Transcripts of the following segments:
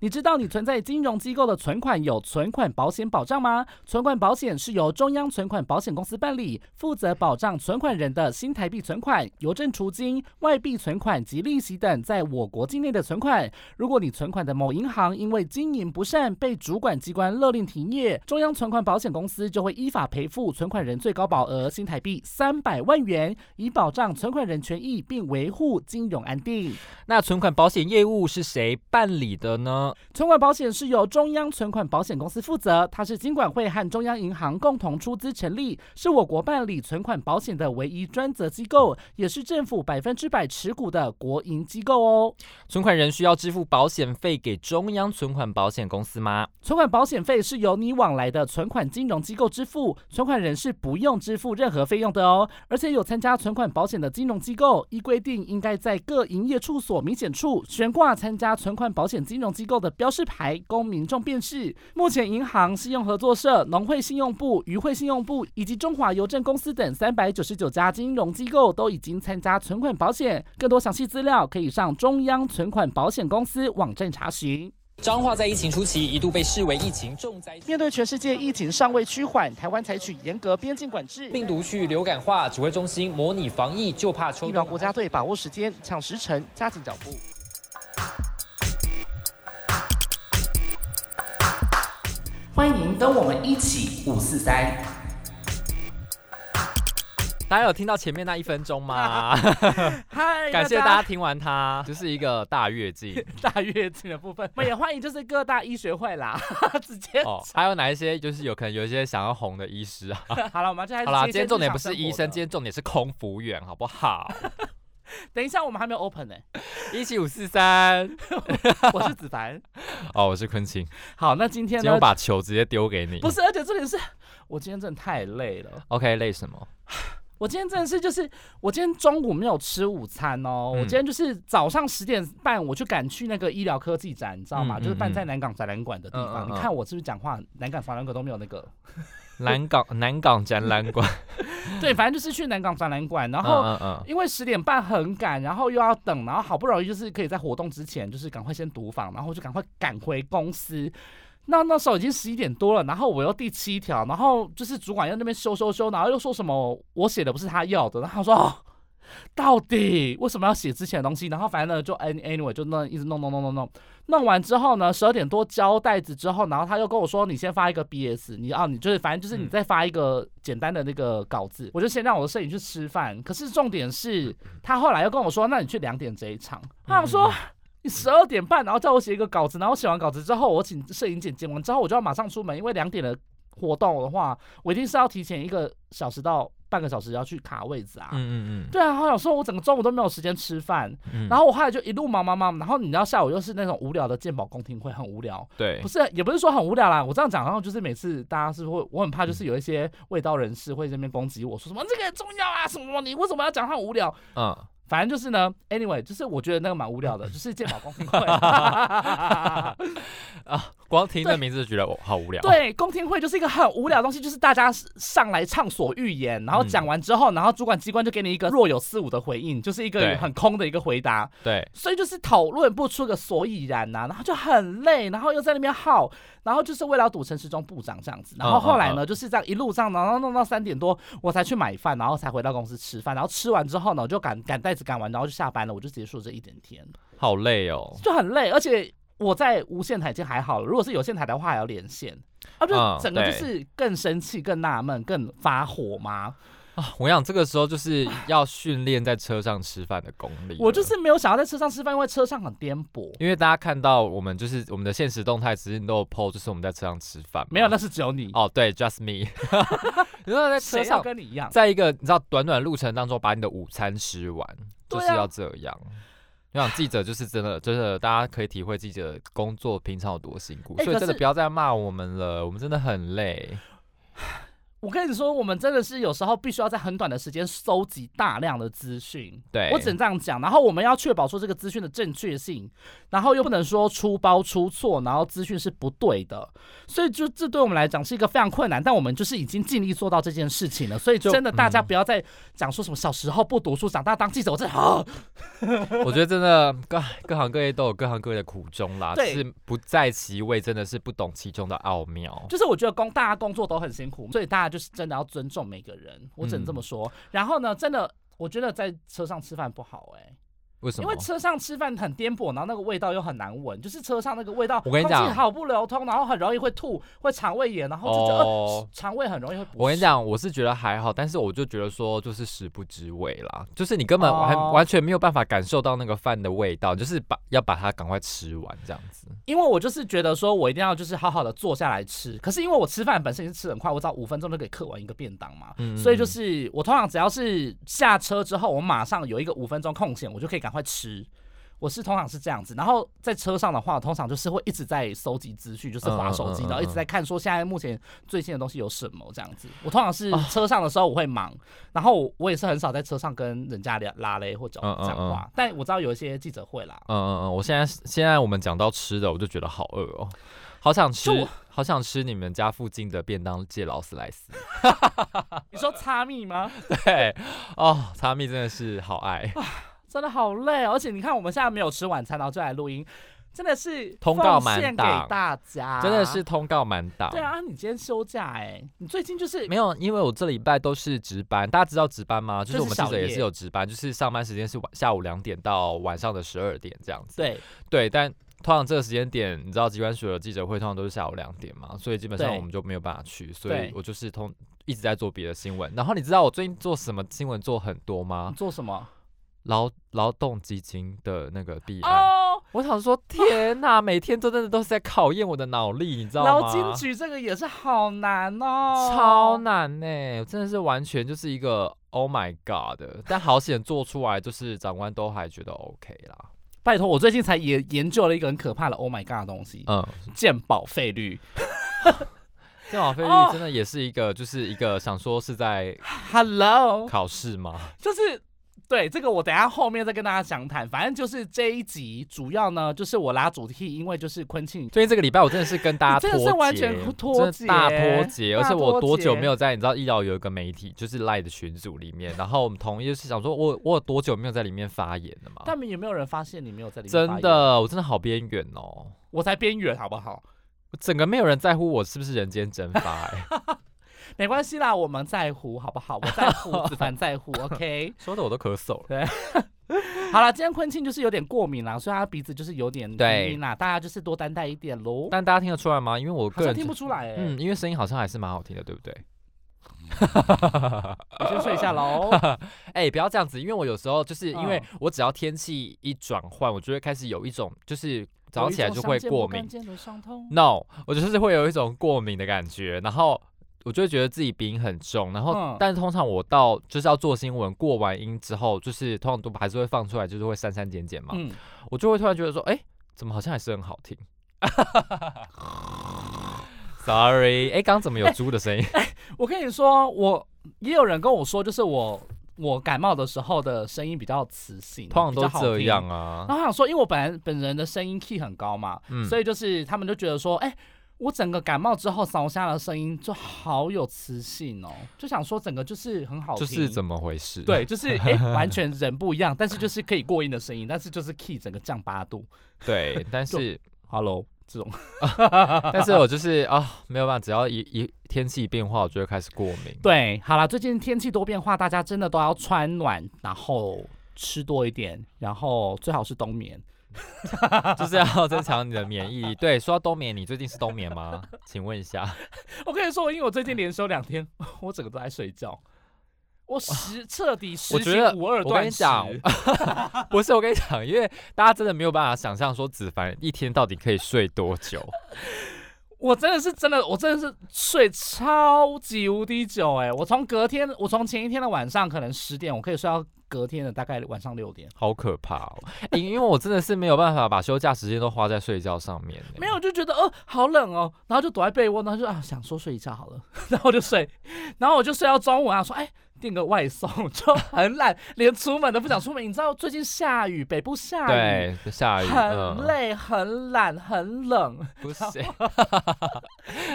你知道你存在金融机构的存款有存款保险保障吗？存款保险是由中央存款保险公司办理，负责保障存款人的新台币存款、邮政储金、外币存款及利息等在我国境内的存款。如果你存款的某银行因为经营不善被主管机关勒令停业，中央存款保险公司就会依法赔付存款人最高保额新台币三百万元，以保障存款人权益并维护金融安定。那存款保险业务是谁办理的呢？存款保险是由中央存款保险公司负责，它是金管会和中央银行共同出资成立，是我国办理存款保险的唯一专责机构，也是政府百分之百持股的国营机构哦。存款人需要支付保险费给中央存款保险公司吗？存款保险费是由你往来的存款金融机构支付，存款人是不用支付任何费用的哦。而且有参加存款保险的金融机构，依规定应该在各营业处所明显处悬挂参加存款保险金融机构的标示牌，供民众辨识。目前，银行、信用合作社、农会信用部、渔会信用部以及中华邮政公司等三百九十九家金融机构都已经参加存款保险。更多详细资料可以上中央存款保险公司网站查询。彰化在疫情初期一度被视为疫情重灾区，面对全世界疫情尚未趋缓，台湾采取严格边境管制。病毒去流感化，指挥中心模拟防疫，就怕抽疫苗国家队把握时间，抢时辰，加紧脚步。欢迎跟我们一起五四三。 大家有听到前面那一分钟 吗？嗨，感谢大家听完它，就是一个大跃 进大跃进的部分。 我们也欢迎就是各大医学会啦， 直接。哦。还有哪一些就是有可能有一些想要红的医师啊？好了，我们这还是好啦，接一今些天重点日不常是医生活的生，今天重点是空服员，好不好？ 等一下我们还没有 open 呢、一七五四三，我是子凡。哦，我是坤 清，好，那今天今呢天我？把球直接丢给你。不是，而且重点是我今天真的太累了。 ，OK，累什么？我今天真的是就是，我今天中午没有吃午餐哦，我嗯今天就是早上十点半我就赶去那个医疗科技展，你知道吗？嗯嗯就是办在南港展览馆的地嗯方。嗯嗯你看我是不是讲话，南港展览馆都没有那个？南 港南港展览馆，对，反正就是去南港展览馆，然嗯后。嗯嗯，因为十点半很赶，然后又要等，然后好不容易就是可以在活动之前，就是赶快先读访，然后就赶快赶回公司。那那时候已经十一点多了，然后我又第七条，然后就是主管又在那边修修修，然后又说什么我写的不是他要的，然后他说、 哦、到底为什么要写之前的东西？然后反正呢就 any anyway 就弄一直弄弄弄弄弄，弄完之后呢，十二点多交袋子之后，然后他又跟我说你先发一个 BS，你啊你就是反正就是你嗯再发一个简单的那个稿子，我就先让我的摄影去吃饭。可是重点是嗯他后来又跟我说，那你去两点这一场，我想说。你十二点半，然后叫我写一个稿子，然后写完稿子之后，我请摄影剪剪完之后，我就要马上出门，因为两点的活动的话，我一定是要提前一个小时到半个小时要去卡位置啊。嗯嗯对啊，好想说，我整个中午都没有时间吃饭，嗯，然后后我后来就一路忙忙忙，然后你知道下午又是那种无聊的鉴宝公听会，很无聊。对不，是，也不是说很无聊啦。我这样讲，然后就是每次大家是会，我很怕就是有一些味道人士会这边攻击我说什么这个很重要啊，什么什么，你为什么要讲它很无聊？嗯。反正就是呢，anyway，就是我觉得那个蛮无聊的，就是鉴宝公 听会。光听这名字就觉得我好无聊。，对，公听会就是一个很无聊的东西，就是大家上来畅所欲言，然后嗯讲完之后，然后主管机关就给你一个若有似无的回应，就是一个对很空的一个回答。对，所以就是讨论不出个所以然啊呐、然后就很累，然后又在那边耗，然后就是为了要赌陈时中部长这样子，然后后来呢、就是这样一路上，然后弄到三点多，我才去买饭，然后才回到公司吃饭，然后吃完之后呢，我就赶赶袋子赶完，然后就下班了，我就结束这一整天，好累哦。就很累，而且我在无线台已经还好了，如果是有线台的话还要连线，啊，嗯就整个就对是更生气、更纳闷、更发火吗？啊 我想这个时候就是要训练在车上吃饭的功力了。我就是没有想要在车上吃饭，因为车上很颠簸。因为大家看到我们就是我们的现实动态，其实都有 PO，就是我们在车上吃饭嘛。没有，那是只有你。哦，对，just me。你说在车谁要上，跟你一样？在一个你知道短短路程当中，把你的午餐吃完，对就啊是要这样。我想记者就是真的， 真的，大家可以体会记者工作平常有多辛苦，哎所以可真的是不要再骂我们了，我们真的很累。我跟你说，我们真的是有时候必须要在很短的时间收集大量的资讯。对，我只能这样讲，然后我们要确保说这个资讯的正确性，然后又不能说出包出错，然后资讯是不对的，所以就这对我们来讲是一个非常困难，但我们就是已经尽力做到这件事情了，所以就真的大家嗯不要再讲说什么小时候不读书，长大当记者，我真的好、我觉得真的 各各行各业都有各行各业的苦衷啦，对是不在其位，真的是不懂其中的奥妙。就是我觉得工大家工作都很辛苦，所以大家就是真的要尊重每个人，我只能这嗯么说。然后呢，真的我觉得在车上吃饭不好哎、为什因么为？车上吃饭很颠簸，然后那个味道又很难闻，就是车上那个味道，我跟你讲空气好不流通，然后很容易会吐，会肠胃炎，然后就觉得、呃哦肠胃很容易会不适。我跟你讲，我是觉得还好，但是我就觉得说，就是食不知味啦，就是你根本哦还完全没有办法感受到那个饭的味道，就是把要把它赶快吃完这样子。因为我就是觉得说我一定要就是好好的坐下来吃，可是因为我吃饭本身也是吃很快，我只要五分钟就可以嗑完一个便当嘛，嗯所以就是我通常只要是下车之后，我马上有一个五分钟空闲，我就可以赶快吃。我是通常是这样子，然后在车上的话，通常就是会一直在搜集资讯，就是划手机，嗯嗯嗯嗯然后一直在看说现在目前最新的东西有什么这样子。我通常是车上的时候我会忙，然后我我也是很少在车上跟人家聊拉嘞或者嗯嗯嗯讲话，但我知道有一些记者会啦，嗯嗯嗯，我现在现在我们讲到吃的，我就觉得好饿哦，好想就吃我，好想吃你们家附近的便当界劳斯莱 斯。你说擦蜜吗？对，哦，擦蜜真的是好爱，啊真的好累哦，而且你看我们现在没有吃晚餐，然后就来录音，真的是通告奉满献给档大家，真的是。通告满档。对啊，你今天休假哎、你最近就是没有，因为我这礼拜都是值班，大家知道值班吗？就是就是我们记小者也夜是有值班，就是上班时间是晚下午两点到晚上的十二点这样子。对对，但通常这个时间点，你知道机关署的记者会通常都是下午两点嘛，所以基本上对我们就没有办法去，所对以我就是通一直在做别的新闻。然后你知道我最近做什么新闻做很多你吗？做什么？劳劳动基金的那个弊案。哦，我想说，天哪，每天都真的都是在考验我的脑力，你知道吗？劳金局哦这个也是好难哦，超。难呢、我真的是完全就是一个 Oh my God 的，但好险做出来，就是长官都还觉得 OK 啦。拜托，我最近才研研究了一个很可怕的 Oh my God 的东西，嗯，鉴保费率。电脑费哦率真的也是一个，就是一个想说是在 Hello，考试吗？ 就是对这个，我等一下后面再跟大家详谈。反正就是这一集主要呢，就是我拉主题，因为就是昆庆最近这个礼拜我真的是跟大家 你真脱的节，是完全脱真的节大脱节，大而且我脱多久节没有在你知道医疗有一个媒体就是赖的群组里面，然后我们同意就是想说我我有多久没有在里面发言了嘛？但有没有人发现你没有在里面？真，的，我真的好边缘哦。我才边缘，好不好？我整个没有人在乎我是不是人间蒸发、 哎没关系啦，我们在乎，好不好？我在乎，子凡 在乎，OK。说的我都咳嗽了。好了，今天昆庆就是有点过敏啦，所以他鼻子就是有点对鼻音啦，大家就是多担待一点喽。但大家听得出来吗？因为我好个像人听就不出来、欸，嗯，因为声音好像还是蛮好听的，对不对？我先睡一下 喽。哎、不要这样子，因为我有时候就是因为嗯我只要天气一转换，我就会开始有一种就是早有上一起来种就会相见过不甘敏。嗯见的伤痛 No，我就是会有一种过敏的感觉，然后我就会觉得自己鼻音很重，然后、嗯但是通常我到就是要做新闻过完音之后，就是通常都还是会放出来，就是会删删减减嘛，嗯，我就会突然觉得说，哎、怎么好像还是很好听。Sorry，哎、刚刚怎么有猪的声音？我跟你说，我也有人跟我说，就是我我感冒的时候的声音比较磁性，通常比都较好这听样啊然。后我想说，因为我本来本人的声音 key 很高嘛，嗯所以就是他们就觉得说，哎、我整个感冒之后烧下的声音就好有磁性哦，就想说整个就是很好就听，是怎么回事？对，，就是 哎、完全人不一样，但是就是可以过音的声音，但是就是 key 整个降八度对，但就是，Hello 这种， 但是我就是啊、没有办法，只要一一天气变化，我就会开始过敏。对，好啦，最近天气多变化，大家真的都要穿暖，然后吃多一点，然后最好是冬眠。就是要增强你的免疫力。对，说到冬眠，你最近是冬眠吗？ 请问一下，我跟你说，因为我最近连休两天， 我整个都在睡觉。我实彻底实我觉行得五二我跟断你食，讲，不是我跟你讲，因为大家真的没有办法想象说子凡一天到底可以睡多久。 我真的是真的，我真的是睡超级无敌久哎、我从隔天，我从前一天的晚上可能十点，我可以睡到隔天的大概晚上六点。 好可怕哦！因、因为我真的是没有办法把休假时间都花在睡觉上面呢。没有，我就觉得哦、呃好冷哦，然后就躲在被窝，然后就啊想说睡一觉好了，然后我就睡，然后我就睡到中午啊，说哎订个外送 就很懒，连出门都不想出门。你知道最近下雨，北部下雨，对，下雨，很嗯，累、很懒、很冷， 不是，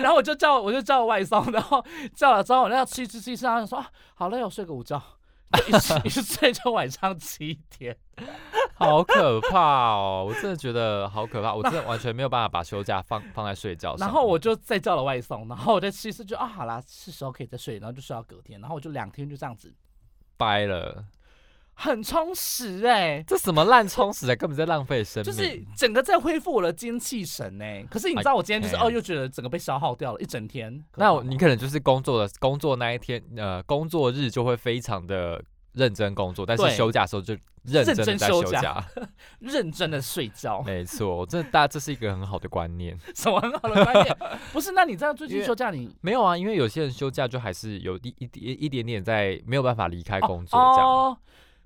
然后我就叫我就叫外送， 然后叫了之后，我那吃一吃吃一吃，然后想说啊好累哦，睡个午觉。就一睡 一睡就晚上七点，好可怕哦！我真的觉得好可怕，我真的完全没有办法把休假放放在睡觉上面。然后我就再叫了外送，然后我再吃一次，就啊好啦，是时候可以再睡，然后就睡到隔天，然后我就两天就这样子，掰了，很充实哎、这什么烂充实啊，根本在浪费生命。就是整个在恢复我的精气神呢、可是你知道我今天就是 Okay 哦，又觉得整个被消耗掉了一整天。那可哦我怕你可能就是工作的工作那一天，呃，工作日就会非常的认真工作，但是对休假的时候就认真的认真在休休假哦认真的睡觉，没错，我真的大，这是一个很好的观念。 什么很好的观念？不是？那你这样最因近为休假你没有啊，因为有些人休假就还是有一一点一点点在没有办法离开哦工作这样。哦，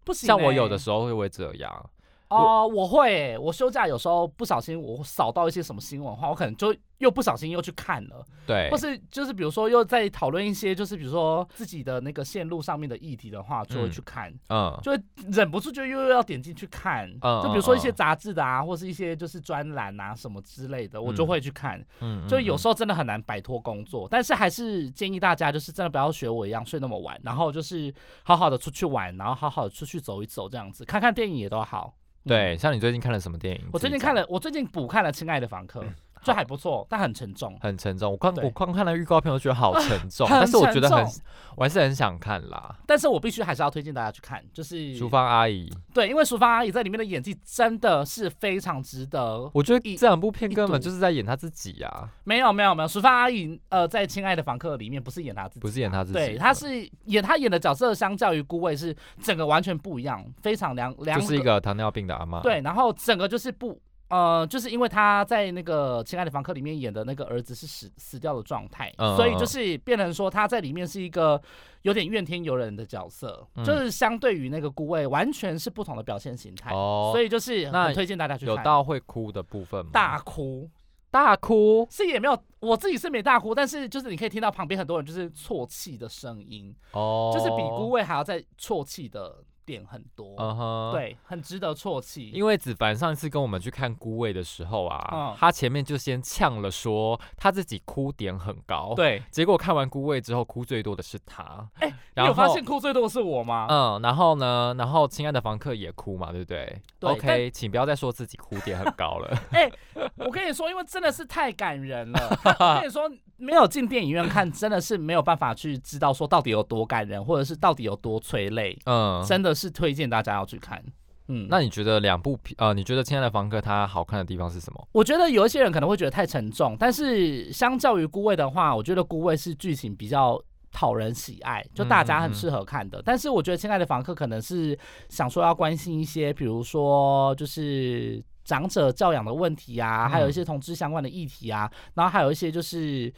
不行欸、像我有的时候会会这样，哦，我会欸、我休假有时候不小心我扫到一些什么新闻的话，我可能就又不小心又去看了，对或，是就是比如说又在讨论一些就是比如说自己的那个线路上面的议题的话，就会嗯去看。嗯，就会忍不住就又要点进去看，嗯就比如说嗯一些嗯杂志的啊，或是一些就是专栏啊什么之类的，我就嗯会去看。嗯就有时候候真的很难摆脱工作，但是还是建议大家就是真的不要学我一样睡那么晚，然后就是好好的出去玩，然后好好的出去走一走，这样子看看电影也都好。嗯对，像你最近看了什么电影？我最近自己嗯看讲了，我最近补看了《亲爱的房客》，就还不错，但很沉重。很沉重，我看对我光看了预告片，我觉得好沉 重，很但是我觉得很沉重，我还是很想看啦。但是我必须还是要推荐大家去看，就是淑芳阿姨，对，因为淑芳阿姨在里面的演技真的是非常值得我觉得一这两部片一根本度就是在演她自己啊，没有没有没有，淑芳阿姨呃，在《亲爱的房客》里面不是演她自己，啊不是演她自己的，嗯对，她是演她演的角色，相较于孤味是整个完全不一样，非常两两就是一个糖尿病的阿妈，对，然后整个就是不呃，就是因为她在那个《亲爱的房客》里面演的那个儿子是死死掉的状态，嗯所以就是变成说她在里面是一个有点怨天尤人的角色，嗯就是相对于那个孤味完全是不同的表现形态，哦，所以就是那很推荐大家去有看，到会哭的部分吗？大哭。大哭是也没有，我自己是没大哭，但是就是你可以听到旁边很多人就是啜泣的声音，哦，就是比孤，味还要再啜泣的点很多，嗯哼，。对，很值得啜泣。因为子凡上一次跟我们去看孤味的时候啊，嗯他前面就先呛了说他自己哭点很高，，对，结果看完孤味之后哭最多的是他，哎然你有后发现哭最多的是我吗？嗯，然后呢，然后亲爱的房客也哭嘛，对不对对 o k 请不要再说自己哭点很高了， 我跟你说，因为真的是太感人了。我跟你说，没有进电影院看，真的是没有办法去知道说到底有多感人，或者是到底有多催泪，嗯，真的是推荐大家要去看。嗯，那你觉得两部片呃，你觉得亲爱的房客它好看的地方是什么？我觉得有一些人可能会觉得太沉重，但是相较于孤味的话，我觉得孤味是剧情比较讨人喜爱，就大家很适合看嗯的。但是我觉得《亲爱的房客》可能是想说要关心一些，比如说就是。长者教养的问题啊，嗯还有一些同志相关的议题啊，然后还有一些就是，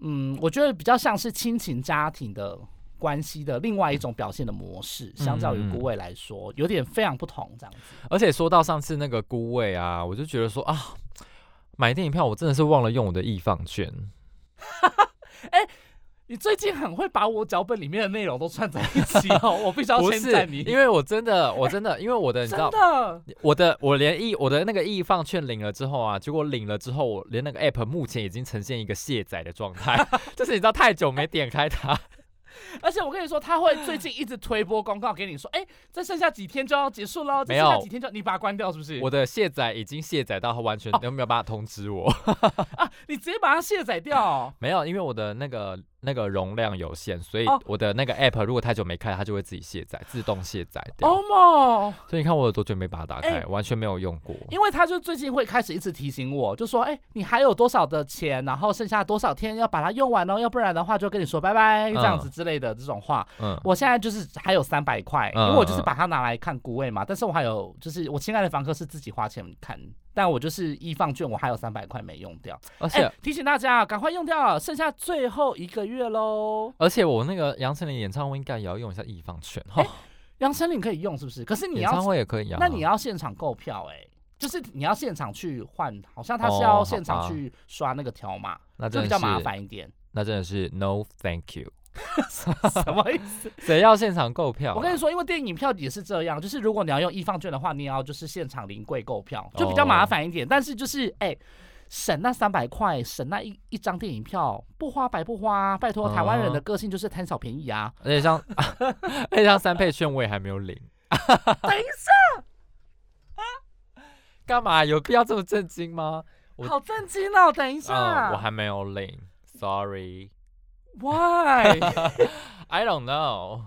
嗯，我觉得比较像是亲情家庭的关系的另外一种表现的模式，相较于嗯嗯嗯孤味来说，有点非常不同这样子。而且说到上次那个孤味啊，我就觉得说啊，买电影票我真的是忘了用我的易放券，你最近很会把我脚本里面的内容都串在一起 哦，我必须要不称是赞你， 因为我真的我真的因为我的你知真道的我的我连易我的那个易放券领了之后啊，结果领了之后，我连那个 app 目前已经呈现一个卸载的状态， 就是你知道太久没点开它，而且我跟你说，他会最近一直推播公告给你说，哎、这剩下几天就要结束喽，这没剩下有几天就你把它关掉是不是？我的卸载已经卸载到它完全哦都没有办法通知我，你直接把它卸载掉哦、没有，因为我的那个那个容量有限，所以哦我的那个 app 如果太久没开，它就会自己卸载，自动卸载 掉。欧某，所以你看我有多久没把它打开，哦哎完全没有用过。因为他就最近会开始一直提醒我，就说，哎、你还有多少的钱，然后剩下多少天要把它用完哦，要不然的话就跟你说拜拜这样子之类的这种话。嗯，我现在就是还有三百块，因嗯为我就是把它拿来看股位嘛，但是我还有就是我亲爱的房客是自己花钱看但我就是易放券，我还有三百块没用掉。而哎、且、提醒大家赶快用掉，剩下最后一个月喽。而且我那个杨丞琳演唱会应该也要用一下易放券，哦，杨丞琳可以用是不是？可哎是你演唱要，会也可以啊。那你要现场购票哎、就是你要现场去换，好像他是要哦现好场吧去刷那个条码，那就真比的较麻是，烦一点。 那真的是 no thank you。什么意思？谁要现场购票啊？我跟你说，因为电影票也是这样，就是如果你要用易放券的话，你也要就是现场临柜购票，就哦比较麻烦一点。但是就是哎、省那三百块，省那一一张电影票，不花白不花。拜托，台湾人的嗯个性就是贪小便宜啊。而且像， 而且像三倍券我也还没有领。等一下， 干嘛？有必要这么震惊吗？我好震惊哦！等一下，嗯，我还没有领，sorry。 why？ I don't know，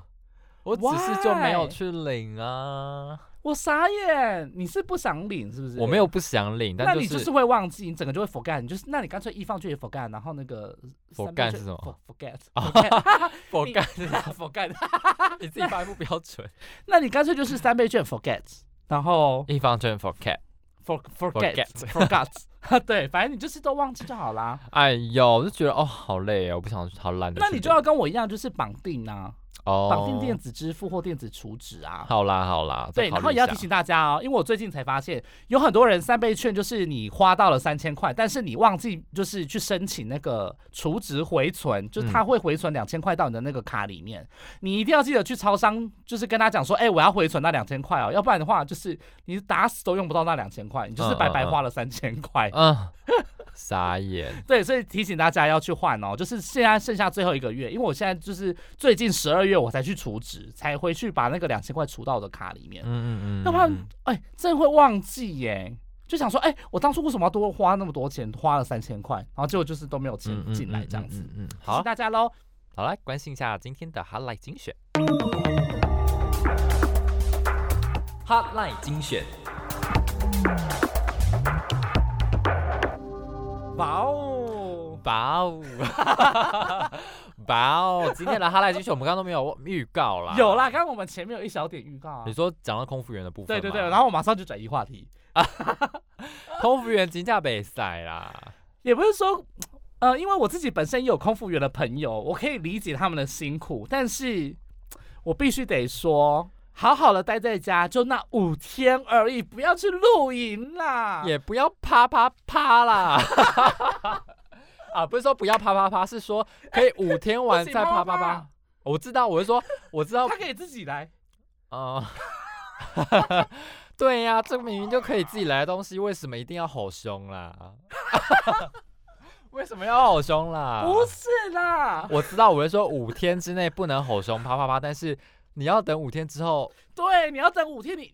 我只是就没有 Why？去领啊，我傻眼，你是不想领是不是？我没有。不想领，那但你是就是会忘记，你整个就会 forget，你就是那你干脆易放券也 forget，然后那个 forget 是什么啊？forget，forget，forget，我你 干， forget 你自己发音不标准。那你干脆就是三倍券 forget，然后一方券 forget， for forget Forget forgot，对，反正你就是都忘记就好 啦。哎呦，我就觉得哦好累哦，我不想好懒得去那领。你就要跟我一样，就是绑定啊，哦，绑定电子支付或电子储值啊。好啦好啦，再对，考然后虑也一要下提醒大家哦，因为我最近才发现，有很多人三倍券就是你花到了三千块，但是你忘记就是去申请那个储值回存，嗯就是他会回存两千块到你的那个卡里面，你一定要记得去超商，就是跟他讲说，哎、我要回存那两千块哦，要不然的话就是你打死都用不到那两千块，你就是白白花了三千块。嗯， 傻眼。对，所以提醒大家要去换哦，就是现在剩下最后一个月，因为我现在就是最近十二月我才去储值，才回去把那个两千块储到我的卡里面。嗯嗯嗯，要不然嗯哎、真会忘记耶，就想说，哎、我当初为什么要多花那么多钱，花了三千块，然后结果就是都没有钱嗯嗯进来嗯这样嗯子。嗯嗯，嗯提醒好，大家喽，好来关心一下今天的 Hotline 精选。Hotline 精选，哇哦，哇哦， 哇哦！今天的 Hotline 精选我们刚刚都没有预告啦，有。啦，刚刚我们前面有一小点预告啊你。说讲到空服员的部分对吗，对对，然后我马上就转移话题，空服员金价北赛啦，也不是说，呃，因为我自己本身也有空服员的朋友，我可以理解他们的辛苦，但是我必须得说。好好的待在家，就那五天而已，不要去露营啦。也不要啪啪啪啦。 啊，不是说不要啪啪啪，是说可以五天玩不行再啪啪啪啪啪。我知道，我是说，我知道他可以自己来，啊、 对呀、这明明就可以自己来的东西，为什么一定要吼凶啦？ 为什么要吼凶啦？不是啦，我知道，我是说五天之内不能吼凶，啪啪啪，但是你要等五天之后，对，你要等五天，你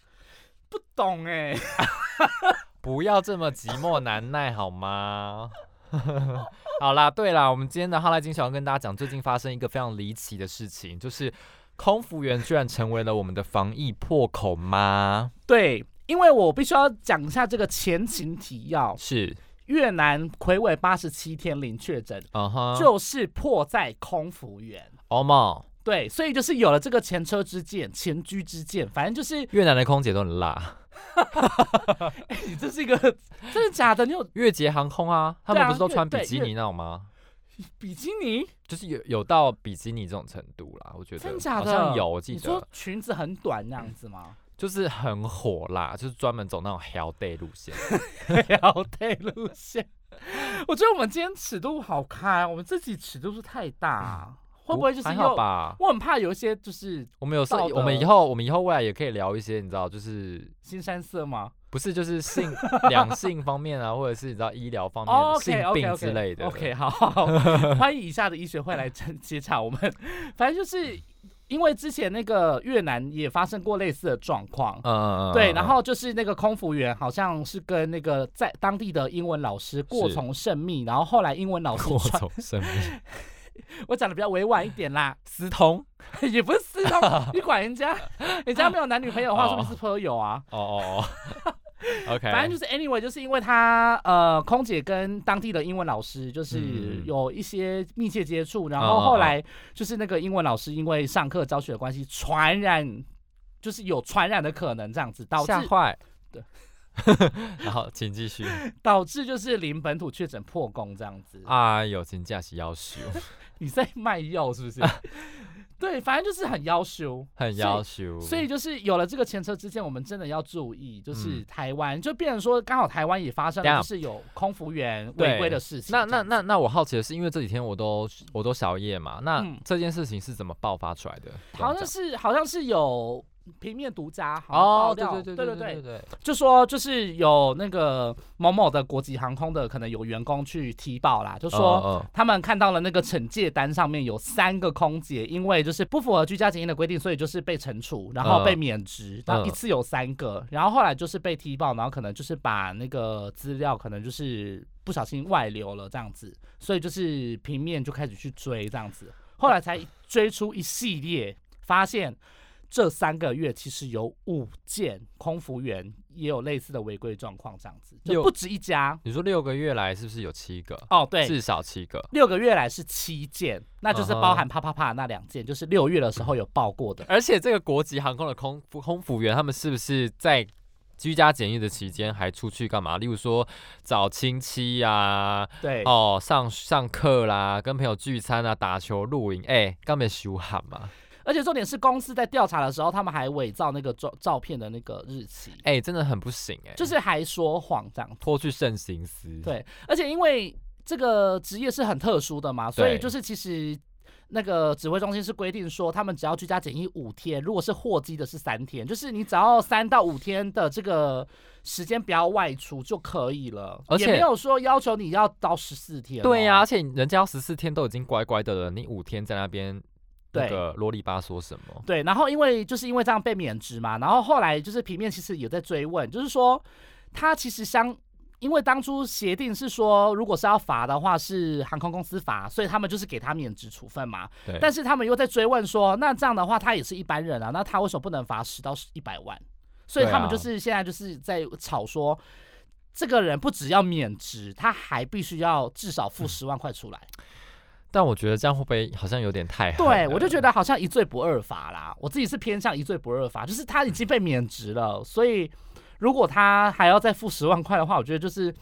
不懂哎、不要这么寂寞难耐好吗？ 好啦，对啦，我们今天的哈拉金想要跟大家讲，最近发生一个非常离奇的事情，就是空服员居然成为了我们的防疫破口吗？对，因为我必须要讲一下这个前情提要：是，越南魁违八十七天零确诊，嗯哼，就是迫在空服员。欧梦，对，所以就是有了这个前车之鉴、前车之鉴，反正 就是越南的空姐都很辣。 你这是一个 真的假的？你有越捷航空啊，他对们啊不是都越穿比对基越尼那种吗？比基尼？就是有有到比基尼这种程度啦，我觉得真假的好像有，我记你说得嗯裙子很短那样子吗？就是很火辣，就是专门走那种 hell day 路线。聊天路线。我觉得我们今天尺度好开，我们自己尺度是太大、 会不会就是嗯还又好吧？我很怕有一些就是我们有时候道德我们以后我们以后未来也可以聊一些，你知道，就是新山色吗？不是就 是性两性方面啊，或者是你知道医疗方面、哦，OK 嗯性 OK 病 OK 之类的。 OK，好好， 好欢迎以下的医学会来接接洽我们。反正就是因为之前那个越南也发生过类似的状况。嗯嗯嗯，对，嗯然后就是那个空服员，好像是跟那个在当地的英文老师过是从甚密，然后后来英文老师 过传， 从生命我讲的比较委婉一点 啦，私通也不是私通， 你管人家，人家没有男女朋友的话，哦说明是朋友啊。哦哦哦，OK，反正就是 anyway，就是因为他呃，空姐跟当地的英文老师就是嗯有一些密切接触，然哦后哦后来就是那个英文老师因为上课教学的关系，传染就是有传染的可能，这样子导致吓坏对。 然后请 继续。导致就是零本土确诊破功这样子。哎呦，请假是要求， 你在 卖药是不是？对，反正就是很要求，很要求。所以就是有了这个前车之鉴，我们真的要注意，就是台湾、就变成说，刚好台湾也发生嗯等一了就下是有空服员对违规的事情这那样。那那那我好奇的是，因为这几天我都我都小夜嘛，那嗯这件事情是怎么爆发出来的？好像这样是好像是有平面独家讲好像爆哦，对料对对对对对对，就说就是有那个某某的国际航空的可能有员工去踢爆啦，就就说。他们看到了那个惩戒单上面有三个空姐，因为就是不符合居家检疫的规定，所以就是被惩处，然后被免职，然后一次有三个，然后后来就是被踢爆，然后可能就是把那个资料可能就是不小心外流了这样子，所以就是平面就开始去追这样子，后来才追出一系列，发现。这三个月其实有五件空服员也有类似的违规状况，这样子就有不止一家你说六个月来是不是有七个？哦。对，至少七个。六个月来是七件，那就是包含嗯啪啪啪的那两件，就是六月的时候有报过 的。而且这个国籍航空的空服空服员，他们是不是在居家检疫的期间还出去干嘛？例如说找亲戚呀、对，哦，上上课啦，跟朋友聚餐啊，打球、露营，哎、刚没休喊嘛？而且重点是公司在调查的时候，他们还伪造那个照照片的那个日期，哎、真的很不行哎、就是还说谎这样。脱去慎行思。对，而且因为这个职业是很特殊的嘛，所以对就是其实。那个指挥中心是规定说，他们只要居家检疫五天，如果是货机的是三天，就是你只要三到五天的这个时间不要外出就可以了，而也且没有说要求你要到十四天哦。对呀、而且人家十四天都已经乖乖的了，你五天在那边那对个啰里吧嗦什么？对，然后因为就是因为这样被免职嘛，然后后来就是平面其实有在追问，就是说他其实相。因为当初协定是说，如果是要罚的话，是航空公司罚，所以他们就是给他免职处分嘛。对，但是他们又在追问说，那这样的话，他也是一般人啊，那他为什么不能罚十到一百万？所以对他们啊就是现在就是在吵说，这个人不只要免职，他还必须要至少嗯付十万块出来。但我觉得这样会不会好像有点太 狠对，了我就觉得好像一罪不二法啦。我自己是偏向一罪不二法，就是他已经被免职了，所以如果他还要再付十万块的话，我觉得就是，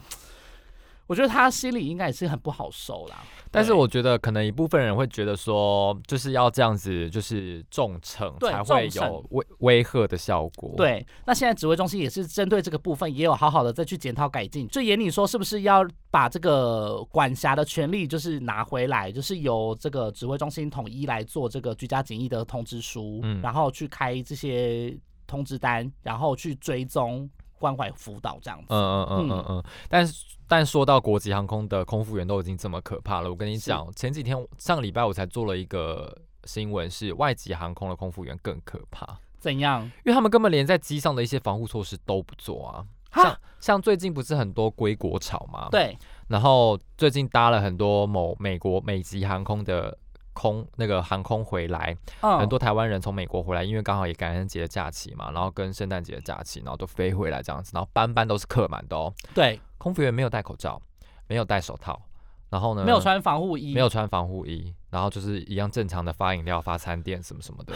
我觉得他心里应该也是很不好受啦。但是对我觉得可能一部分人会觉得说，就是要这样子，就是重惩对才会重有威威吓的效果。，对，那现在指挥中心也是针对这个部分，也有好好的再去检讨改进。就严你说，是不是要把这个管辖的权利就是拿回来，就是由这个指挥中心统一来做这个居家检疫的通知书，嗯然后去开这些通知单，然后去追踪关怀辅导这样子。嗯嗯嗯嗯嗯。但是但说到国际航空的空服员都已经这么可怕了，我跟你是讲，前几天上个礼拜我才做了一个新闻，是外籍航空的空服员更可怕，怎样？因为他们根本连在机上的一些防护措施都不做啊。像哈，像最近不是很多归国潮吗？。对，然后最近搭了很多某美国美籍航空的空那个航空回来，嗯，很多台湾人从美国回来，因为刚好也感恩节的假期嘛，然后跟圣诞节的假期，然后都飞回来这样子，然后班班都是客满的哦。对空服员没有戴口罩，没有戴手套，然后呢，没有穿防护衣，嗯没有穿防护衣，然后就是一样正常的发饮料、发餐点什么 什么的。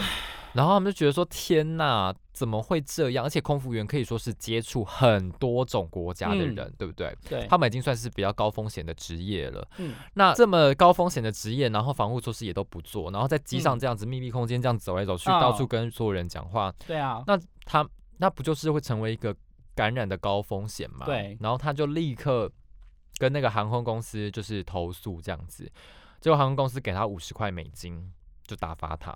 然后他们就觉得说：“天呐，怎么会这样？而且空服员可以说是接触很多种国家的嗯人，对不对？对，他们已经算是比较高风险的职业了。嗯那这么高风险的职业，然后防护措施也都不做，然后在机上这样子密闭空间这样走来走去，嗯哦到处跟所有人讲话，对啊，那他那不就是会成为一个感染的高风险吗？对然后他就立刻跟那个航空公司就是投诉这样子，结果航空公司给他五十块美金就打发他，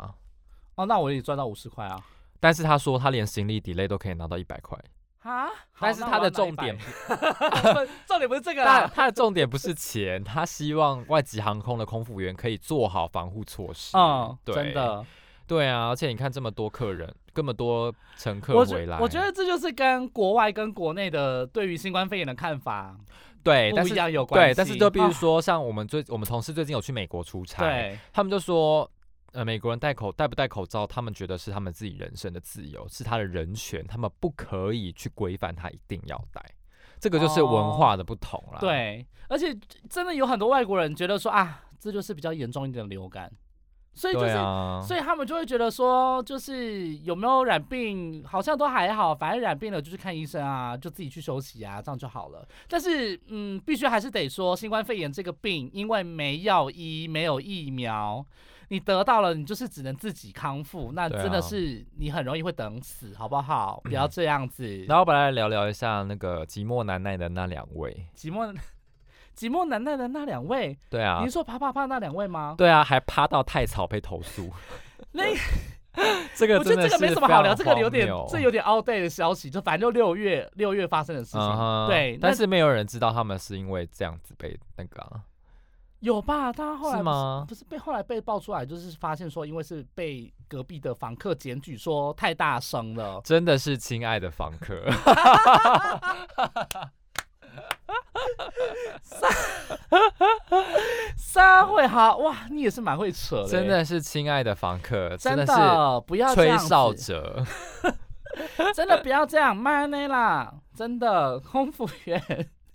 哦，那我也赚到五十块啊。但是他说他连行李 delay 都可以拿到一百块，啊！好但是那他我的要拿重100点重点不 是这个但啦，他的重点不是钱，他希望外籍航空的空服员可以做好防护措施。嗯，对，真，的，对啊，而且你看这么多客人，这么多乘客我觉回来，我觉得这就是跟国外跟国内的对于新冠肺炎的看法对，哎但不一是样有关系。对，但是就比如啊说像我们最我们同事最近有去美国出差，对他们就说。呃，美国人戴口戴不戴口罩，他们觉得是他们自己人生的自由，是他的人权，他们不可以去规范他一定要戴，这个就是文哦化的不同啦。对，而且真的有很多外国人觉得说啊，这就是比较严重一点的流感，所以就对是。啊，所以他们就会觉得说，就是有没有染病，好像都还好，反正染病了就去看医生啊，就自己去休息啊，这样就好了。但是，嗯，必须还是得说，新冠肺炎这个病，因为没药医，没有疫苗，你得到了，你就是只能自己康复，那对啊嗯真的是你很容易会等死，好不好？不要这样子。然后我们来聊聊一下那个寂寞难耐的那两位。寂寞寂寞难耐的那两位，对啊您，说啪啪啪那两位吗？对啊，还趴到太草被投诉，那 这个我觉真得的这个是没什么好聊，非这常个有点荒这谬哦有点 out day 的消息，就反正就六月六月发生的事情。嗯哼对，但那是没有人知道他们是因为这样子被那个啊、有吧？他后来是不吗？，不是被后来被爆出来，就是发现说，因为是被隔壁的房客检举说太大声了 真的是亲爱的房客，撒会哈哇，你也是蛮会扯的、欸真。的是亲爱的房客，真的是的不要这吹样哨子，者。真的不要这样，慢内啦！真的，空服员，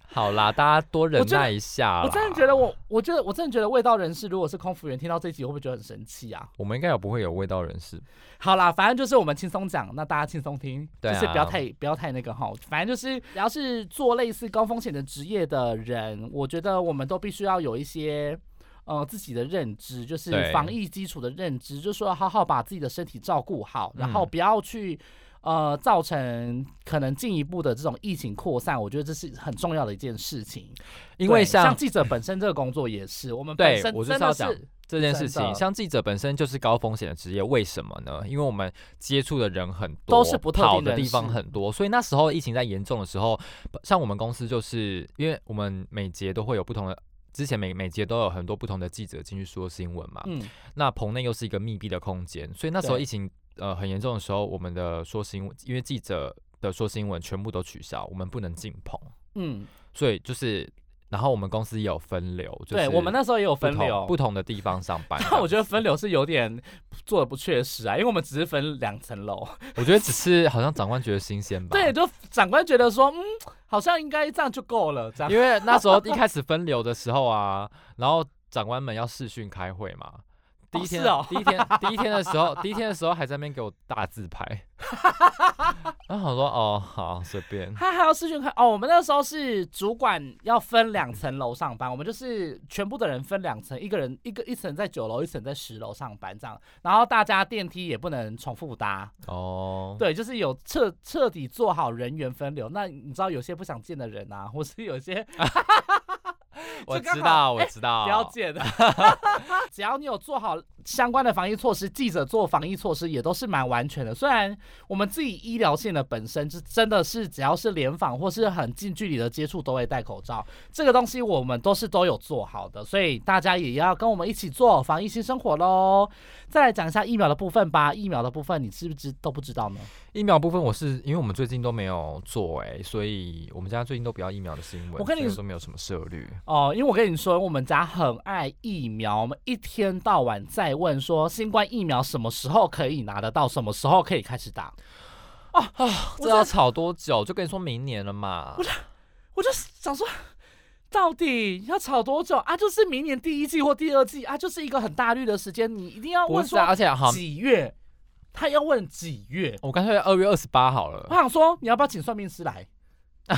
好啦，大家多忍我真的耐一下啦我真的觉得我，我觉得我真的觉得味道人士，如果是空服员听到这集，会不会觉得很生气啊？我们应该有不会有味道人士。好啦，反正就是我们轻松讲，那大家轻松听，对啊就是不要太不要太那个哈。反正就是，只要是做类似高风险的职业的人，我觉得我们都必须要有一些。呃，自己的认知就是对防疫基础的认知，就是说好好把自己的身体照顾好，然后嗯不要去、呃造成可能进一步的这种疫情扩散。我觉得这是很重要的一件事情，因为对像记者本身这个工作也是，我们 对本身我就是真的要是讲这件事真情，的像记者本身就是高风险的职业，为什么呢？因为我们接触的人很多，都是不特定跑的人地方士很多，所以那时候疫情在严重的时候，像我们公司就是因为我们每节都会有不同的。之前每每节都有很多不同的记者进去说新闻嘛，嗯，那棚内又是一个密闭的空间，所以那时候对疫情呃很严重的时候，我们的说新闻，因为记者的说新闻全部都取消，我们不能进棚，嗯，所以就是，然后我们公司也有分流，就是对我们那时候也有不分同流，不同的地方上班这样 子。但我觉得分流是有点做的不确实啊，因为我们只是分两层 楼。我觉得只是好像长官觉得新鲜吧。对，，就长官觉得说，嗯，好像应该这样就够了，这样。因为那时候一开始分流的时候啊，然后长官们要视讯开会嘛。第一天，是哦第一天，第一天的时候，第一天的时候还在那边给我大自拍， 然后我说哦好随便，他还要视讯看哦，我们那时候是主管要分两层楼上班，我们就是全部的人分两层，一个人一个一层在九楼，一层在十楼上班这样，然后大家电梯也不能重复搭，哦，对，就是有彻彻底做好人员分流。那你知道有些不想见的人啊，或是有些我这刚知好道，哎我知道，不要见的。只要你有做好相关的防疫措施，记者做防疫措施也都是蛮完全的。虽然我们自己医疗线的本身是真的是只要是联访或是很近距离的接触都会戴口罩，这个东西我们都是都有做好的，所以大家也要跟我们一起做防疫新生活喽。再来讲一下疫苗的部分吧，疫苗的部分你知不知都不知道呢？疫苗部分，我是因为我们最近都没有做哎、所以我们家最近都比较疫苗的新闻，我跟你所以都没有什么涉略。哦，因为我跟你说，我们家很爱疫苗，我们一天到晚在问说新冠疫苗什么时候可以拿得到，什么时候可以开始打。啊我这要炒多久？就跟你说明年了嘛。我就想说，到底要吵多久啊？就是明年第一季或第二季啊，就是一个很大率的时间，你一定要不问是、啊，说而且好，几月，他要问几月。我干脆二月二十八好我了。想说，你要不要请算命师来？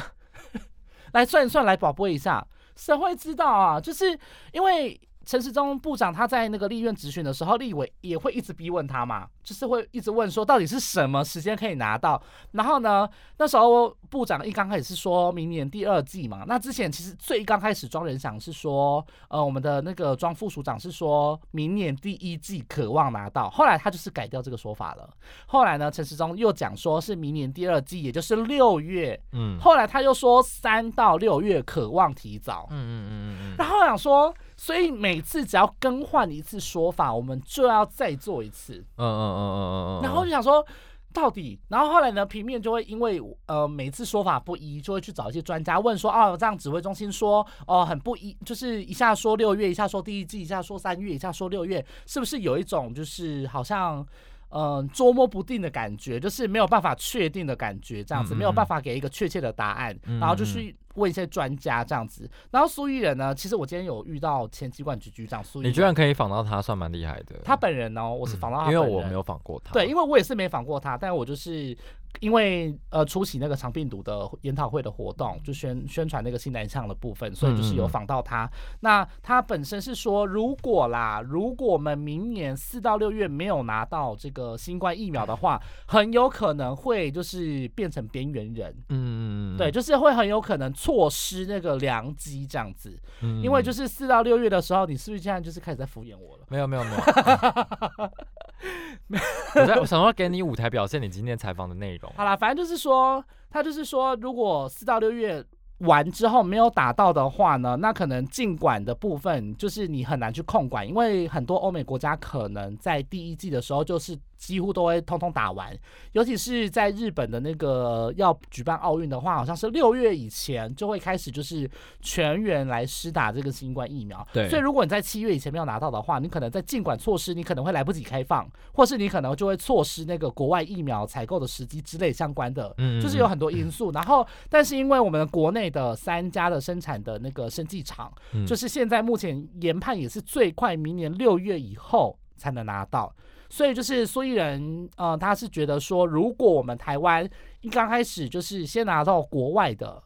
来算一算，来广播一下，谁会知道啊？就是因为陈时中部长他在那个立院质询的时候，立委也会一直逼问他嘛，就是会一直问说到底是什么时间可以拿到。然后呢，那时候部长一刚开始是说明年第二季嘛，那之前其实最刚开始庄仁祥是说，呃，我们的那个庄副署长是说明年第一季渴望拿到，后来他就是改掉这个说法了。后来呢，陈时中又讲说是明年第二季，也就是六月。嗯后来他又说三到六月渴望提早嗯。嗯嗯嗯嗯，然后我想说，所以每次只要更换一次说法，我们就要再做一次。嗯嗯嗯嗯嗯嗯。然后就想说。到底，然后后来呢？平面就会因为呃每次说法不一，就会去找一些专家问说，哦，这样指挥中心说，哦、很不一，就是一下说六月，一下说第一季，一下说三月，一下说六月，是不是有一种就是好像嗯、呃捉摸不定的感觉，就是没有办法确定的感觉，这样子嗯嗯嗯没有办法给一个确切的答案，然后就去问一些专家这样子。然后苏伊人呢，其实我今天有遇到前机管局局长苏伊你居人，然可以仿到他，算蛮厉害的。他本人哦，我是嗯访到他因本为人，我没有仿过他。对，因为我也是没访过他，但我就是因为呃出席那个长病毒的研讨会的活动，就宣宣传那个新南向的部分，所以就是有嗯嗯嗯访到他。那他本身是说，如果啦，如果我们明年四到六月没有拿到这个新冠疫苗的话，很有可能会就是变成边缘人，嗯，嗯嗯，对，就是会很有可能错失那个良机这样子。嗯因为就是是四到六月的时候，你是不是现在就是开始在敷衍我了？没有没 有没有。我在我想要给你舞台表现你今天采访的内容。好啦，反正就是说，他就是说，如果四到六月完之后没有打到的话呢，那可能尽管的部分就是你很难去控管，因为很多欧美国家可能在第一季的时候就是几乎都会通通打完，尤其是在日本的那个要举办奥运的话，好像是六月以前就会开始就是全员来施打这个新冠疫苗。对所以如果你在七月以前没有拿到的话，你可能在尽管措施，你可能会来不及开放，或是你可能就会错失那个国外疫苗采购的时机之类相关的。嗯就是有很多因素，然后但是因为我们国内的三家的生产的那个生技厂，嗯就是现在目前研判也是最快明年六月以后才能拿到，所以就是苏伊人，呃，他是觉得说，如果我们台湾一刚开始就是先拿到国外的。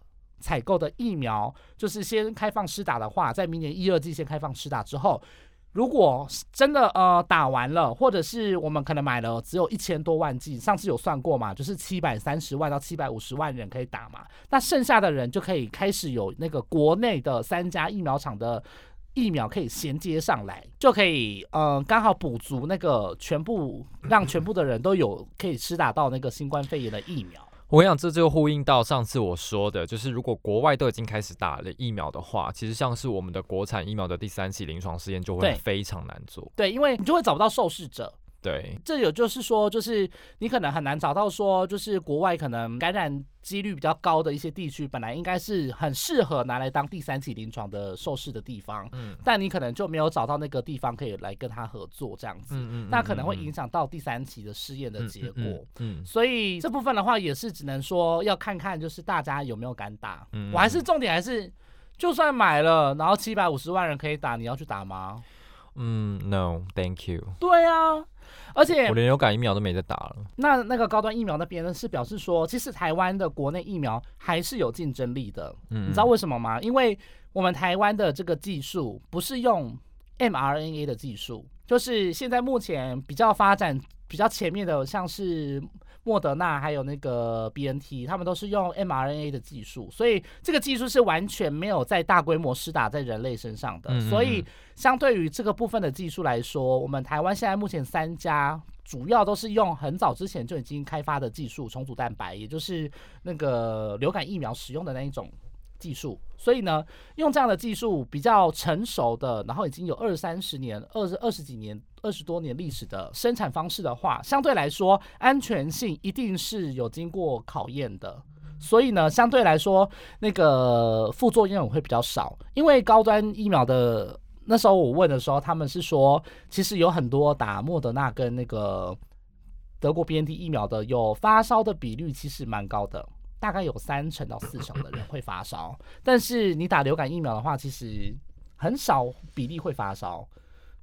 采购的疫苗就是先开放施打的话，在明年一二季先开放施打之后，如果是真的呃打完了，或者是我们可能买了只有一千多万剂，上次有算过嘛，就是七百三十万到七百五十万人可以打嘛，那剩下的人就可以开始有那个国内的三家疫苗厂的。疫苗可以衔接上来，就可以，呃，刚好补足那个全部，让全部的人都有可以施打到那个新冠肺炎的疫苗。我想这就呼应到上次我说的，就是如果国外都已经开始打了疫苗的话，其实像是我们的国产疫苗的第三期临床试验就会对非常难做。对，因为你就会找不到受试者，对，这有就是说，就是你可能很难找到说，就是国外可能感染几率比较高的一些地区，本来应该是很适合拿来当第三期临床的受试的地方，嗯但你可能就没有找到那个地方可以来跟他合作这样子，嗯那可能会影响到第三期的试验的结果。嗯所以这部分的话，也是只能说要看看，就是大家有没有敢打。嗯我还是重点还是，就算买了，然后七百五十万人可以打，你要去打吗？嗯，No，Thank you，对啊，而且我连流感疫苗都没在打了。那那个高端疫苗那边呢，是表示说，其实台湾的国内疫苗还是有竞争力的。嗯，你知道为什么吗？因为我们台湾的这个技术不是用 mRNA 的技术，就是现在目前比较发展比较前面的，像是莫德纳还有那个 BNT，他们都是用 mRNA 的技术，所以这个技术是完全没有在大规模施打在人类身上的。嗯嗯所以嗯相对于这个部分的技术来说，我们台湾现在目前三家。主要都是用很早之前就已经开发的技术重组蛋白，也就是那个流感疫苗使用的那一种技术，所以呢，用这样的技术比较成熟的，然后已经有二三十年、二十二十几年、二十多年历史的生产方式的话，相对来说安全性一定是有经过考验的。所以呢，相对来说，那个副作用会比较少，因为高端疫苗的那时候我问的时候，他们是说，其实有很多打莫德纳跟那个德国 B N T 疫苗的，有发烧的比率其实蛮高的，大概有三成到四成的人会发烧。 但是你打流感疫苗的话，其实很少比例会发烧。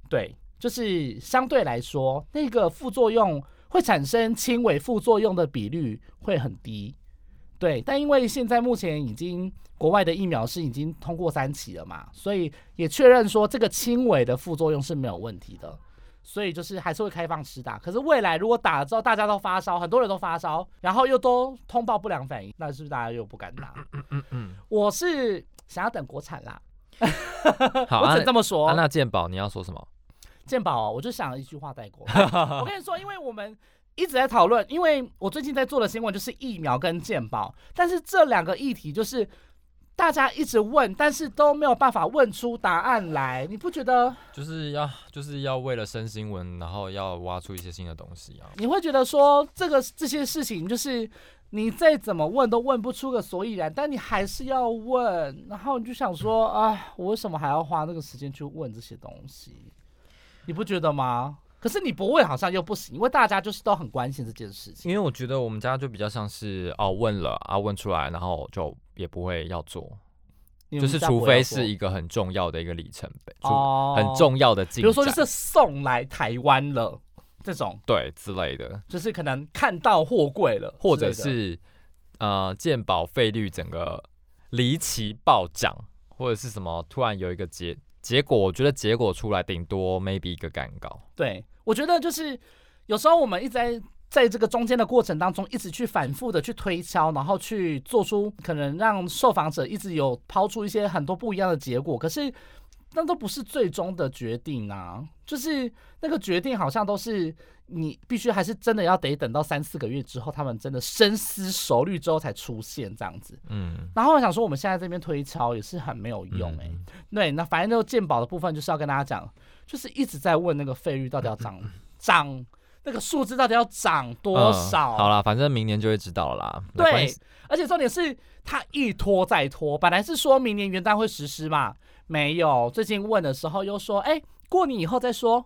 对，就是相对来说，那个副作用会产生轻微副作用的比率会很低。对，但因为现在目前已经国外的疫苗是已经通过三期了嘛，所以也确认说这个轻微的副作用是没有问题的，所以就是还是会开放施打。可是未来如果打了之后大家都发烧，很多人都发烧，然后又都通报不良反应，那是不是大家又不敢打？嗯嗯，我是想要等国产啦，好，啊我只安能这么说。安娜健宝，你要说什么？健宝、哦，我就想一句话带 过。我跟你说，因为我们一直在讨论，因为我最近在做的新闻就是疫苗跟健保，但是这两个议题就是大家一直问，但是都没有办法问出答案来，你不觉得？就是要就是要为了升新闻，然后要挖出一些新的东西啊。你会觉得说这个这些事情就是。你再怎么问都问不出个所以然，但你还是要问，然后你就想说，哎，我为什么还要花那个时间去问这些东西？你不觉得吗？可是你不问好像又不行，因为大家就是都很关心这件事情。因为我觉得我们家就比较像是哦问了啊问出来，然后就也不会要做，你们就是家除不会非有做是一个很重要的一个里程碑，就哦很，重要的比进展，如说就是送来台湾了这种，对之类的，就是可能看到货柜了，或者之类的是呃鉴宝费率整个离奇暴涨，或者是什么突然有一个结结果，我觉得结果出来顶多 maybe 一个干稿，对，我觉得就是有时候我们一直在。在这个中间的过程当中，一直去反复的去推敲，然后去做出可能让受访者一直有抛出一些很多不一样的结果，可是那都不是最终的决定啊。就是那个决定好像都是你必须还是真的要得等到三四个月之后，他们真的深思熟虑之后才出现这样子。嗯，然后我想说，我们现在这边推敲也是很没有用哎、嗯对，那反正就鉴宝的部分，就是要跟大家讲，就是一直在问那个费率到底要嗯涨涨，那个数字到底要涨多少？嗯好啦，反正明年就会知道啦。没关对系，而且重点是它一拖再拖，本来是说明年元旦会实施嘛，没有，最近问的时候又说，哎，过年以后再说。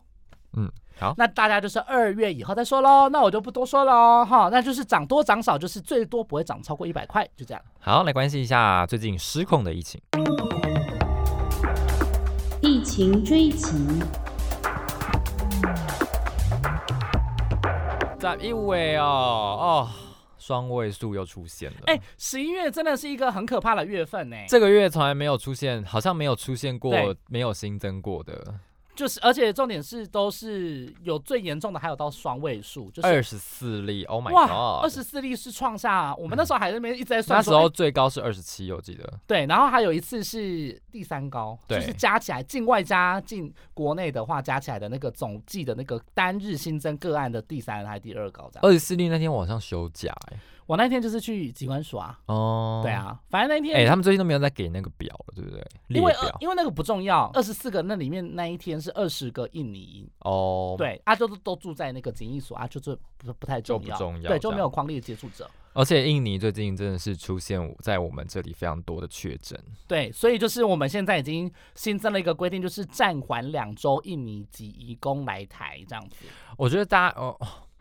嗯，好那大家就是二月以后再说喽，那我就不多说喽，哈，那就是涨多涨少，就是最多不会涨超过一百块，就这样。好，来关心一下最近失控的疫情。疫情追击，在一位哦哦，双位数又出现了。哎，十一月真的是一个很可怕的月份呢、这个月从来没有出现，好像没有出现过对没有新增过的就是，而且重点是都是有最严重的，还有到双位数，就是二十四例。Oh my 哇，二 god！十四例是创下，我们那时候还在那边一直在算那时说，候哎最高是二十七，我记得。对，然后还有一次是第三高，就对是加起来境外加进国内的话，加起来的那个总计的那个单日新增个案的第三还是第二高这样。二十四例那天晚上休假、哎我那天就是去机关署啊，哦，对，啊，反正那天哎、他们最近都没有在给那个表了，对不对？列因为呃表因为那个不重要，二十四个那里面那一天是二十个印尼，哦，，对，啊就都都住在那个检疫所啊，就这不不太就重不要，重要对，就这没样有框列接触者。而且印尼最近真的是出现在我们这里非常多的确诊，对，所以就是我们现在已经新增了一个规定，就是暂缓两周印尼籍移工来台这样子。我觉得大家，哦，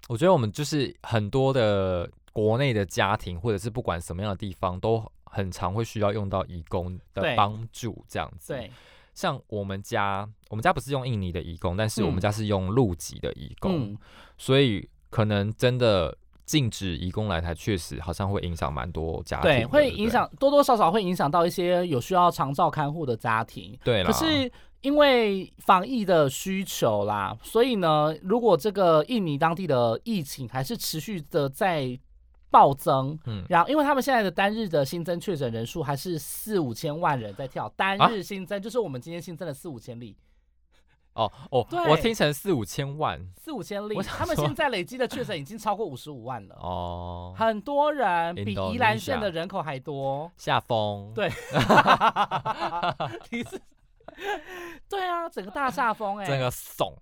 我觉得我们就是很多的国内的家庭，或者是不管什么样的地方，都很常会需要用到义工的对帮助，这样子。，对，像我们家，我们家不是用印尼的义工，但是我们嗯家是用陆籍的义工，嗯，所以可能真的禁止移工来台，确实好像会影响蛮多家庭的，对，对，会影。响多多少少会影响到一些有需要长照看护的家庭。对可啦，是因为防疫的需求啦，所以呢，如果这个印尼当地的疫情还是持续的在暴增，嗯然后因为他们现在的单日的新增确诊人数还是四五千万人在跳，单啊日新增、就是我们今天新增的四五千例，哦哦，对我听成四五千万四五千例，我想他们说现在累积的确诊已经超过五十五万了，哦，很多人比 Indonesia 宜兰县的人口还多。下风，对你是？ 对啊，整个大下风 哎、这个怂，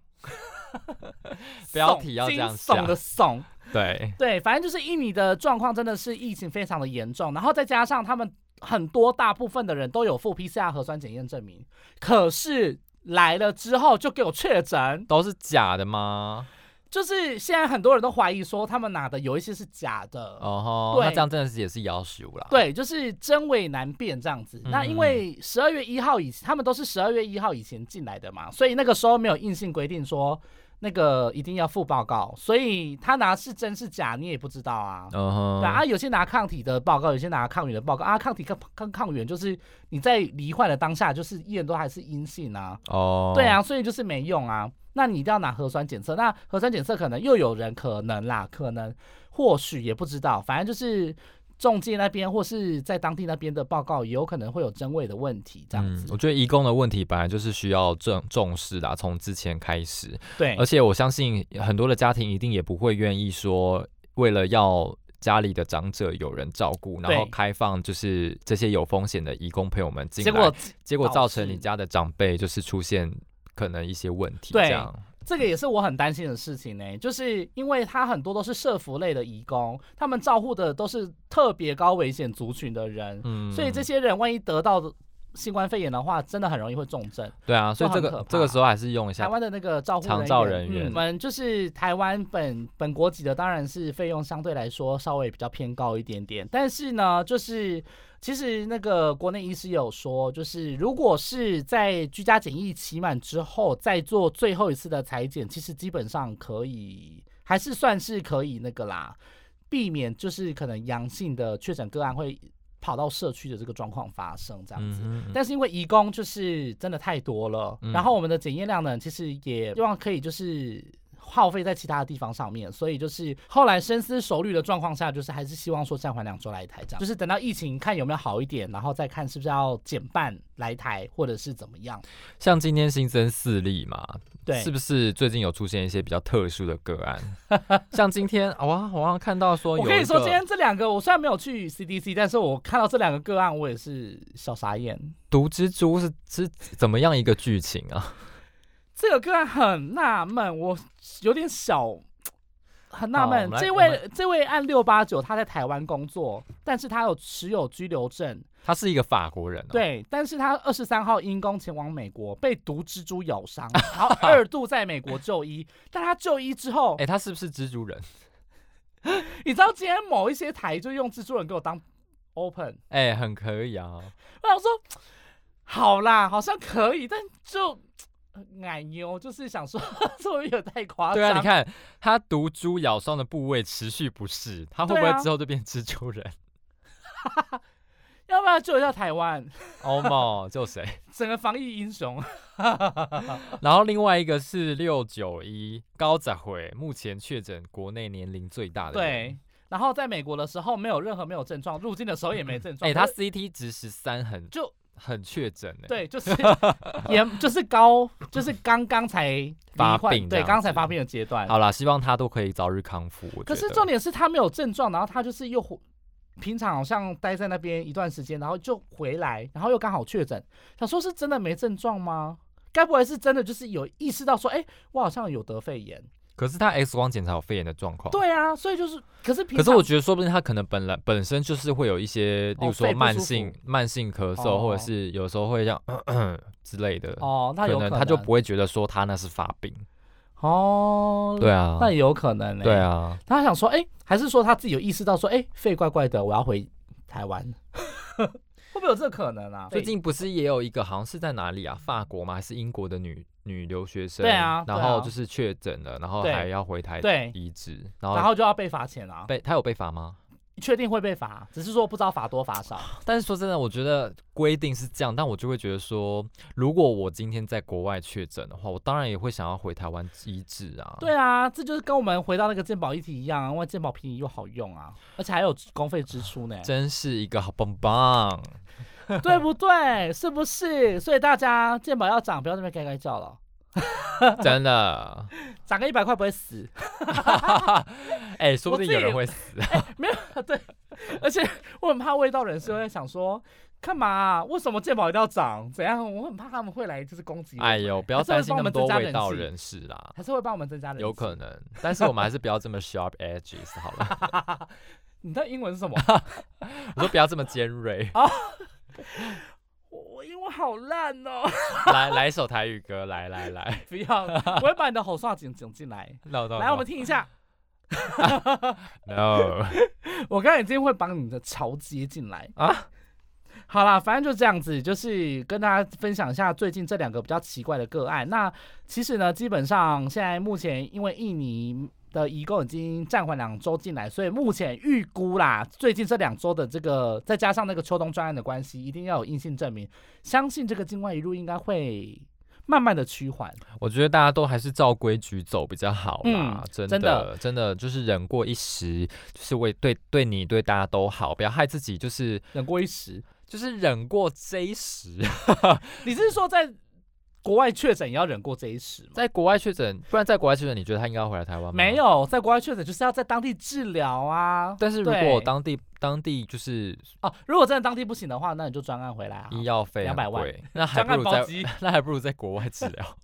标题要这样下怂的怂。对，对，反正就是印尼的状况真的是疫情非常的严重，然后再加上他们很多大部分的人都有负 PCR 核酸检验证明，可是来了之后就给我确诊，都是假的吗？就是现在很多人都怀疑说他们拿的有一些是假的。哦、对那这样真的是也是要求啦。，对，就是真伪难辨这样子。那因为十二月一号以他们都是十二月一号以前进来的嘛，所以那个时候没有硬性规定说那个一定要附报告，所以他拿是真是假你也不知道啊。嗯哼，对啊，有些拿抗体的报告，有些拿抗原的报告啊。抗体跟跟抗原就是你在罹患的当下，就是验都还是阴性啊。哦，对，啊，所以就是没用啊。那你一定要拿核酸检测，那核酸检测可能又有人可能啦，可能或许也不知道，反正就是中介那边或是在当地那边的报告，也有可能会有真伪的问题，这样嗯子。，我觉得移工的问题本来就是需要重重视啦，从之前开始，对而，且我相信很多的家庭一定也不会愿意说，为了要家里的长者有人照顾，然后对开放就是这些有风险的移工朋友们进来，结果结果导造成致你家的长辈就是出现可能一些问题，对这样，这个也是我很担心的事情呢、就是因为他很多都是社服类的义工，他们照顾的都是特别高危险族群的人，嗯所以这些人万一得到新冠肺炎的话，真的很容易会重症。对啊，所以哇这很可个怕这个时候还是用一台下。湾的那个照护长照人嗯员我们就是台湾本本国籍的，当然是费用相对来说稍微比较偏高一点点。但是呢，就是其实那个国内医师也有说，就是如果是在居家检疫期满之后再做最后一次的裁剪，其实基本上可以，还是算是可以那个啦，避免就是可能阳性的确诊个案会跑到社区的这个状况发生这样子。嗯哼，但是因为移工就是真的太多了，嗯然后我们的检验量呢，其实也希望可以就是耗费在其他的地方上面，所以就是后来深思熟虑的状况下，就是还是希望说暂缓两周来台这样，就是等到疫情看有没有好一点，然后再看是不是要减半来台或者是怎么样。像今天新增四例嘛，对，是不是最近有出现一些比较特殊的个案？ 像今天啊哇，我好像看到说有我一跟你说，个今天这两个我虽然没有去 CDC，但是我看到这两个个案，我也是小傻眼。毒蜘蛛是是怎么样一个剧情啊？这个个案很纳闷，我有点小很纳好我闷。们来这我位们这位按六八九，他在台湾工作，但是他有持有居留证，他是一个法国人、哦，，对，但是他二十三号因公前往美国，被毒蜘蛛咬 伤，然后二度在美国就医。但他就医之后哎、，他是不是蜘蛛人？ 你知道今天某一些台就用蜘蛛人给我当 open，哎、很可以啊，我想说，好啦，好像可以，但就奶牛就是想说， 这会不会有点太夸张？对啊，你看他毒株咬伤的部位持续不适，他会对不会啊之后就变蜘蛛人？ 要不要救一下台湾？欧某哦就谁？整个防疫英啊雄，然后另外一个是六九一高仔回，目前确诊国内年龄最大的人对。。然后在美国的时候没有任何没有症状，入境的时候也没症状。哎、他就是 CT 值十三，很就很确诊哎。，对，就是也就是高，就是刚刚才罹发患病这对，样刚才子发病的阶段。好啦，希望他都可以早日康复。我可觉是得重点是他没有症状，然后他就是又回平常好像待在那边一段时间，然后就回来，然后又刚好确诊，想说是真的没症状吗？该不会是真的就是有意识到说，哎，我好像有得肺炎？可是他 X 光检查有肺炎的状况。。对啊，所以就是，可是平可常是我觉得，说不定他可能本来本身就是会有一些，例哦如说肺不慢舒服性、慢性咳嗽，哦或者是有时候会像咳咳之类的，哦，那可有能他就不会觉得说他那是发病。哦，对啊，那也有可能呢、对，啊，他想说，哎、还是说他自己有意识到说，哎、肺怪怪的，我要回台 湾，会不会有这个可能啊？最近不是也有一个好像是在哪里啊，法国吗？还是英国的女女留学生？对啊对然啊后就是确诊了，然后对还要回台对移植，对然然后后就要被罚钱啊，被他有被罚吗？确定会被罚，只是说不知道罚多罚少。但是说真的，我觉得规定是这样，但我就会觉得说，如果我今天在国外确诊的话，我当然也会想要回台湾医治啊。，对啊，这就是跟我们回到那个鉴宝议题一样啊，因为鉴宝便宜又好用啊，而且还有公费支出呢 真是一个好棒棒。对不对？是不是？所以大家鉴宝要涨，不要在那边该该叫了，真的。 涨个一百块不会死。哎、说不定有人我会死。没有对，而且我很怕味道人士会想说，干嘛啊、为什么健保一定要涨？怎样？我很怕他们会来就是攻击我，哎呦，不要还是会担心帮我那么们多增加味人道气人士啦，还是会帮我们增加人气。有可能。但是我们还是不要这么 sharp edges 好了。你的英文是 什么？我说不要这么尖锐，哦我我英文好烂哦！ 来来一首台语歌，来来来，不要，我会把你的吼哨剪剪进 来。 no no，来，我们听一下。 no，我刚才已经会把你的潮接进来啊。好啦，反正就这样子，就是跟大家分享一下最近这两个比较奇怪的个案。那其实呢，基本上现在目前因为印尼的移工已经暂缓两周进来，所以目前预估啦，最近这两周的这个再加上那个秋冬专案的关系，一定要有阴性证明，相信这个境外一路应该会慢慢的趋缓。我觉得大家都还是照规矩走比较好啦，嗯真真的真的就是忍过一时，就是为对对你对大家都好，不要害自己，就是忍过一时，就是忍过这一时， 你是说在国外确诊也要忍过这一时吗？在国外确诊，不然在国外确诊，你觉得他应该要回来台湾吗？没。有，在国外确诊就是要在当地治疗啊。但是如对果当地当地就是哦，如果真的当地不行的话，那你就专案回来啊。医药费很200万贵，那还专不案如包在机，那还不如在国外治 疗。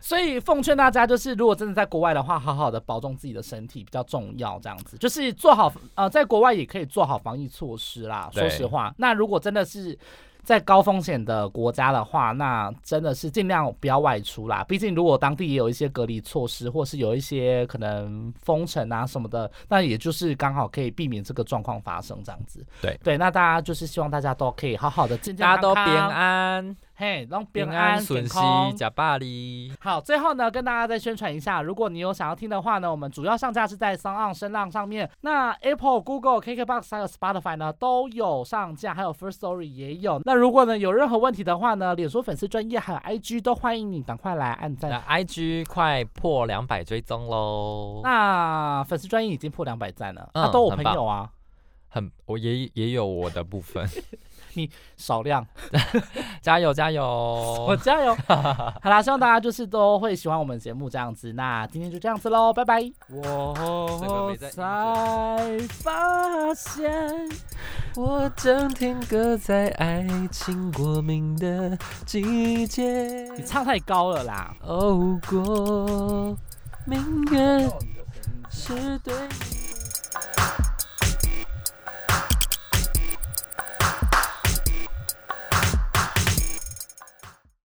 所以奉劝大家，就是如果真的在国外的话，好好的保重自己的身体比较重要。这样子，就是做好呃，在国外也可以做好防疫措施啦。对说实话，那如果真的是在高风险的国家的话，那真的是尽量不要外出啦。毕竟如果当地也有一些隔离措施，或是有一些可能封城啊什么的，那也就是刚好可以避免这个状况发生这样子。对对，那大家就是希望大家都可以好好的健健大康家康，都平，安，嘿，让平平安安顺健息康，假巴黎。好，最后呢，跟大家再宣传一下，如果你有想要听的话呢，我们主要上架是在 s o n 声浪上面。那 Apple、Google、KKBox 还有 Spotify 呢都有上架，还有 First Story 也有。那如果呢有任何问题的话呢，脸书粉丝专业还有 IG 都欢迎你赶快来按那赞。 IG 快破两百追踪喽，那粉丝专业已经破两百赞了，那、嗯都我很朋棒友啊，很我也也有我的部分，少量。加油加我油，加 油！好啦，希望大家就是都会喜欢我们节目这样子。那今天就这样子喽，拜拜。我发现。我整天搁在爱情过敏的季节，你唱太高了啦。熬过敏感，是对你。